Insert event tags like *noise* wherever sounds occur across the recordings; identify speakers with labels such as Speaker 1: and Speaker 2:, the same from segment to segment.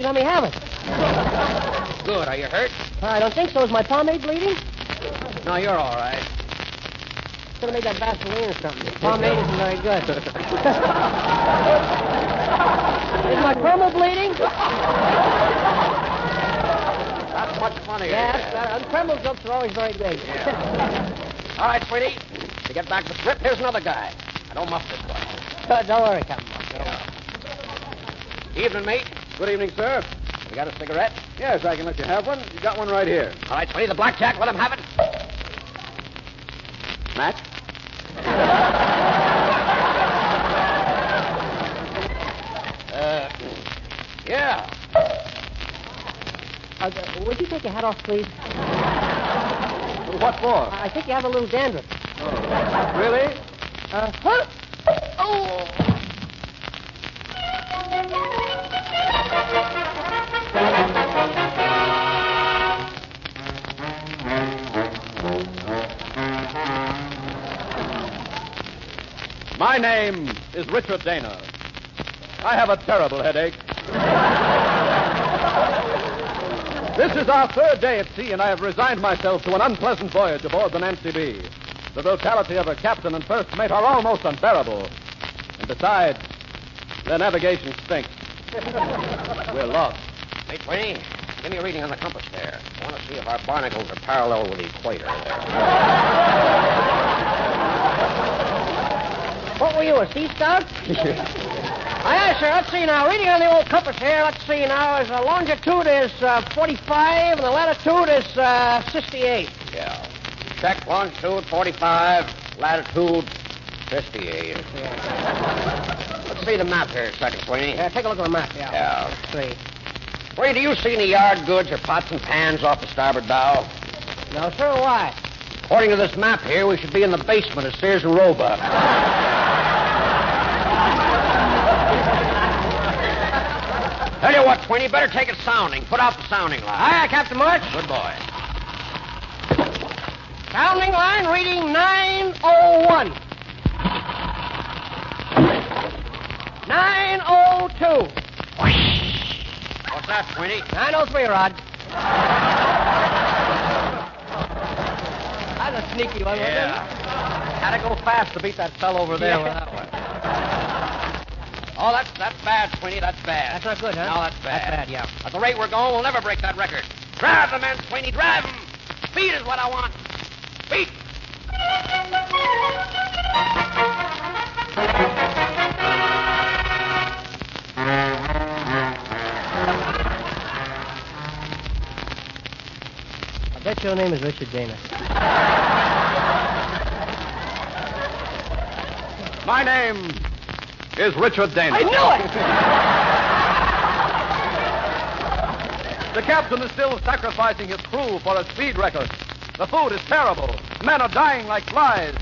Speaker 1: You let me have it.
Speaker 2: Good. Are you hurt?
Speaker 1: I don't think so. Is my pomade bleeding?
Speaker 2: No, you're all right.
Speaker 1: Should have made that Vaseline or something. Pomade isn't very good. *laughs* Is my perma bleeding?
Speaker 2: Not much funnier.
Speaker 1: Yeah, that's better. uh, And Kremlin jokes are always very good.
Speaker 2: Yeah. all right, sweetie. To get back to grip, here's another guy. I don't muff this one.
Speaker 1: *laughs* Uh, don't worry, Captain.
Speaker 2: Evening, mate.
Speaker 3: Good evening, sir.
Speaker 2: You got a cigarette?
Speaker 3: Yes, I can let you have one. You got one right here.
Speaker 2: All right, sweetie, the blackjack. Let him have it. Matt? uh, yeah.
Speaker 1: Uh, uh, would you take your hat off, please?
Speaker 3: What for?
Speaker 1: I I think you have a little dandruff.
Speaker 2: Oh.
Speaker 3: Really?
Speaker 1: Uh, huh?
Speaker 3: My name is Richard Dana. I have a terrible headache. this is our third day at sea, and I have resigned myself to an unpleasant voyage aboard the Nancy B. The brutality of her captain and first mate are almost unbearable. And besides, their navigation stinks. We're lost.
Speaker 2: Hey, Twenty, give me a reading on the compass there. I want to see if our barnacles are parallel with the equator there.
Speaker 1: What were you, a sea scout? Aye, aye, sir. Let's see now. Reading on the old compass here. Let's see now. Is the longitude is uh, 45 and the latitude is uh, 68.
Speaker 2: Yeah. Check longitude 45, latitude 58. Let's see the map here a second, Twenty.
Speaker 1: Yeah, take a look at the map. Yeah.
Speaker 2: Yeah.
Speaker 1: Three.
Speaker 2: Twenty, do you see any yard goods or pots and pans off the starboard bow?
Speaker 1: No, sir. Why?
Speaker 2: According to this map here, we should be in the basement of Sears and Roebuck. *laughs* Tell you what, Twenty, better take it sounding. Put out the sounding line.
Speaker 1: Aye, aye, Captain March.
Speaker 2: Good boy.
Speaker 1: Sounding line reading 901. 902.
Speaker 2: What's that, Twenty?
Speaker 1: 903, Rod. That's a sneaky one,
Speaker 2: Yeah. Had to go fast to beat that fellow over there with that one. *laughs* Oh, that's that's bad, Sweeney. That's bad.
Speaker 1: That's not good, huh?
Speaker 2: No, that's bad.
Speaker 1: That's bad, yeah.
Speaker 2: At the rate we're going, we'll never break that record. Drive the men, Sweeney. Drive them. Speed is what I want. Speed.
Speaker 1: I bet your name is Richard Dana.
Speaker 3: My name is Richard Dana.
Speaker 1: I knew it!
Speaker 3: The captain is still sacrificing his crew for a speed record. The food is terrible. Men are dying like flies.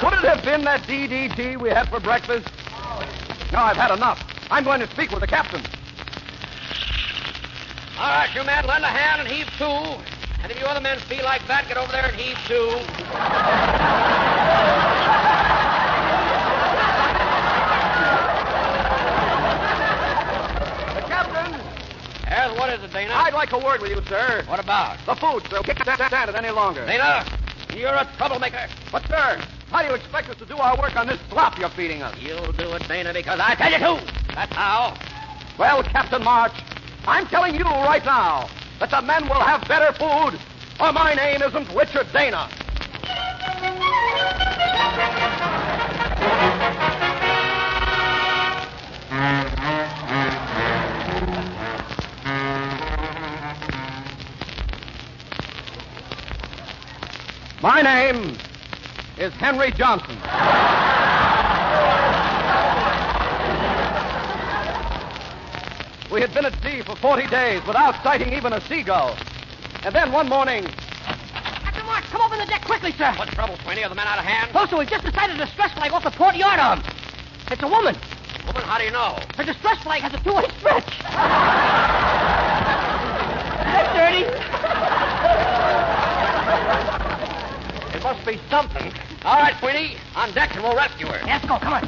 Speaker 3: Could it have been that DDT we had for breakfast? No, I've had enough. I'm going to speak with the captain.
Speaker 2: All right, you men, lend a hand and heave two. And if you other men feel like that, get over there and heave two.
Speaker 3: The captain?
Speaker 2: There's what is it, Dana?
Speaker 3: I'd like a word with you, sir.
Speaker 2: What about?
Speaker 3: The food, sir. We can't stand it any longer.
Speaker 2: Dana, you're a troublemaker.
Speaker 3: But, sir, how do you expect us to do our work on this slop you're feeding us?
Speaker 2: You'll do it, Dana, because I tell you to. That's how.
Speaker 3: Well, Captain March, I'm telling you right now that the men will have better food, or my name isn't Richard Dana. My name is Henry Johnson. We had been at sea for 40 days without sighting even a seagull. And then one morning,
Speaker 1: Captain March, come over the deck quickly, sir.
Speaker 2: What's trouble, Sweeney? Are the men out of hand?
Speaker 1: Also, we've just decided a distress flag off the port yard arm. It's a woman.
Speaker 2: Woman, how do you know?
Speaker 1: Her distress flag has a two-way stretch. That's dirty.
Speaker 2: It must be something. All right, Sweeney, on deck and we'll rescue her.
Speaker 1: Let's go. Come on.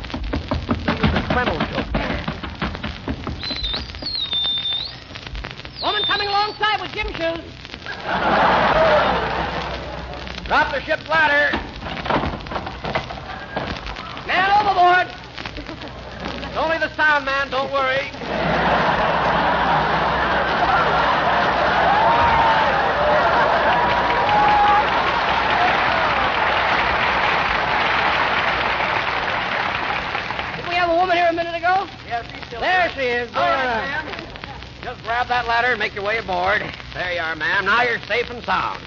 Speaker 2: Reynolds over there.
Speaker 4: outside with gym shoes.
Speaker 2: Drop the ship's ladder. Man overboard. It's only the sound man, don't worry.
Speaker 1: Did we have a woman here a minute ago?
Speaker 2: Yes, he's still
Speaker 1: There she is.
Speaker 2: All
Speaker 4: Uh.
Speaker 1: Dora.
Speaker 2: right, ma'am. Just grab that ladder and make your way aboard. There you are, ma'am. Now you're safe and sound.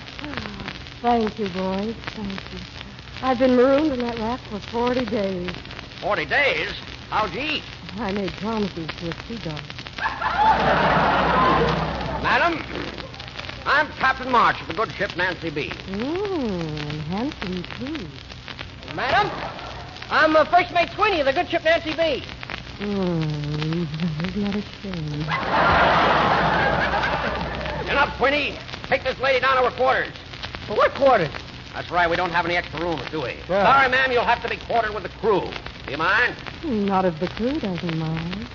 Speaker 5: *sighs* Thank you, boys. Thank you. I've been marooned in that raft for 40 days.
Speaker 2: Forty days? How'd you eat?
Speaker 5: I made promises to a seagull.
Speaker 2: Madam, I'm Captain March of the good ship Nancy B.
Speaker 5: Mmm, and handsome, too.
Speaker 1: Madam, I'm uh, First Mate Sweeney of the good ship Nancy B.
Speaker 5: Mmm, that is not a shame. *laughs*
Speaker 2: Enough, Quinny. Take this lady down to her quarters.
Speaker 1: For what quarters?
Speaker 2: That's right, we don't have any extra rooms, do we?
Speaker 1: Yeah.
Speaker 2: Sorry, ma'am, you'll have to be quartered with the crew. Do you mind?
Speaker 5: Not if the crew doesn't mind.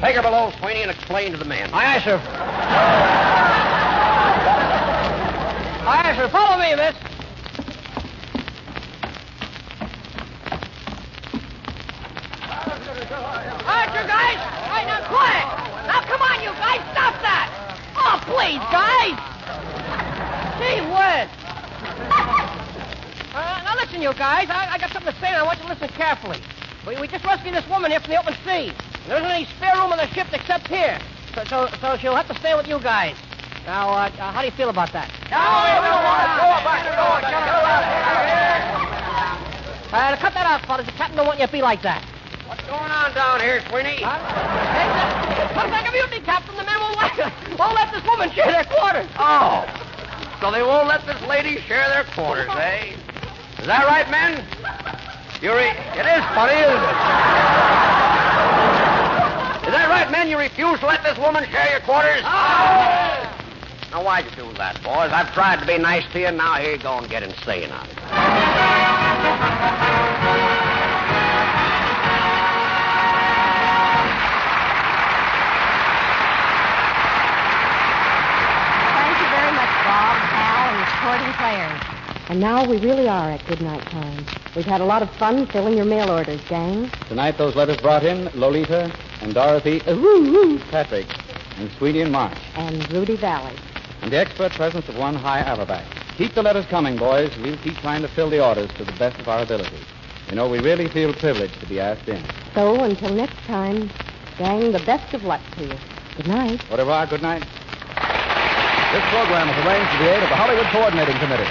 Speaker 2: Take her below, Sweeney, and explain to the men.
Speaker 1: Aye, aye, sir. aye, aye, sir. Follow me, miss.
Speaker 4: All right, you guys. All right, now quiet. Now come on, you guys. Stop that. Oh, please, guys.
Speaker 1: Gee whiz. Uh, now listen, you guys. I, I got something to say, and I want you to listen carefully. We, we just rescued this woman here from the open sea. There isn't any spare room on the ship except here. So, so, so she'll have to stay with you guys. Now, uh, uh, how do you feel about that? Uh, cut that out, fellas. The captain don't want you to be like that.
Speaker 2: What's going on down here, Sweeney?
Speaker 1: Hey, uh, Put back a mutiny, Captain. The men won't let, won't let this woman share their quarters.
Speaker 2: Oh, so they won't let this lady share their quarters, eh? Is that right, men? You re- it is funny, isn't it? Is that right, men? You refuse to let this woman share your quarters? Now, why'd you do that, boys? I've tried to be nice to you, and now here you go and get insane on it.
Speaker 5: Thank you very much, Bob, Al, and the supporting players. And now we really are at goodnight time. We've had a lot of fun filling your mail orders, gang.
Speaker 6: Tonight, those letters brought in Lolita and Dorothy uh, woo, woo, Patrick and Sweeney and March,
Speaker 5: And Rudy Valley.
Speaker 6: and the expert presence of one high Arabic. Keep the letters coming, boys. We'll keep trying to fill the orders to the best of our ability. You know, we really feel privileged to be asked in.
Speaker 5: So until next time, gang, the best of luck to you. Good night.
Speaker 6: Whatever, our good night. This program is arranged to the aid of the Hollywood Coordinating Committee.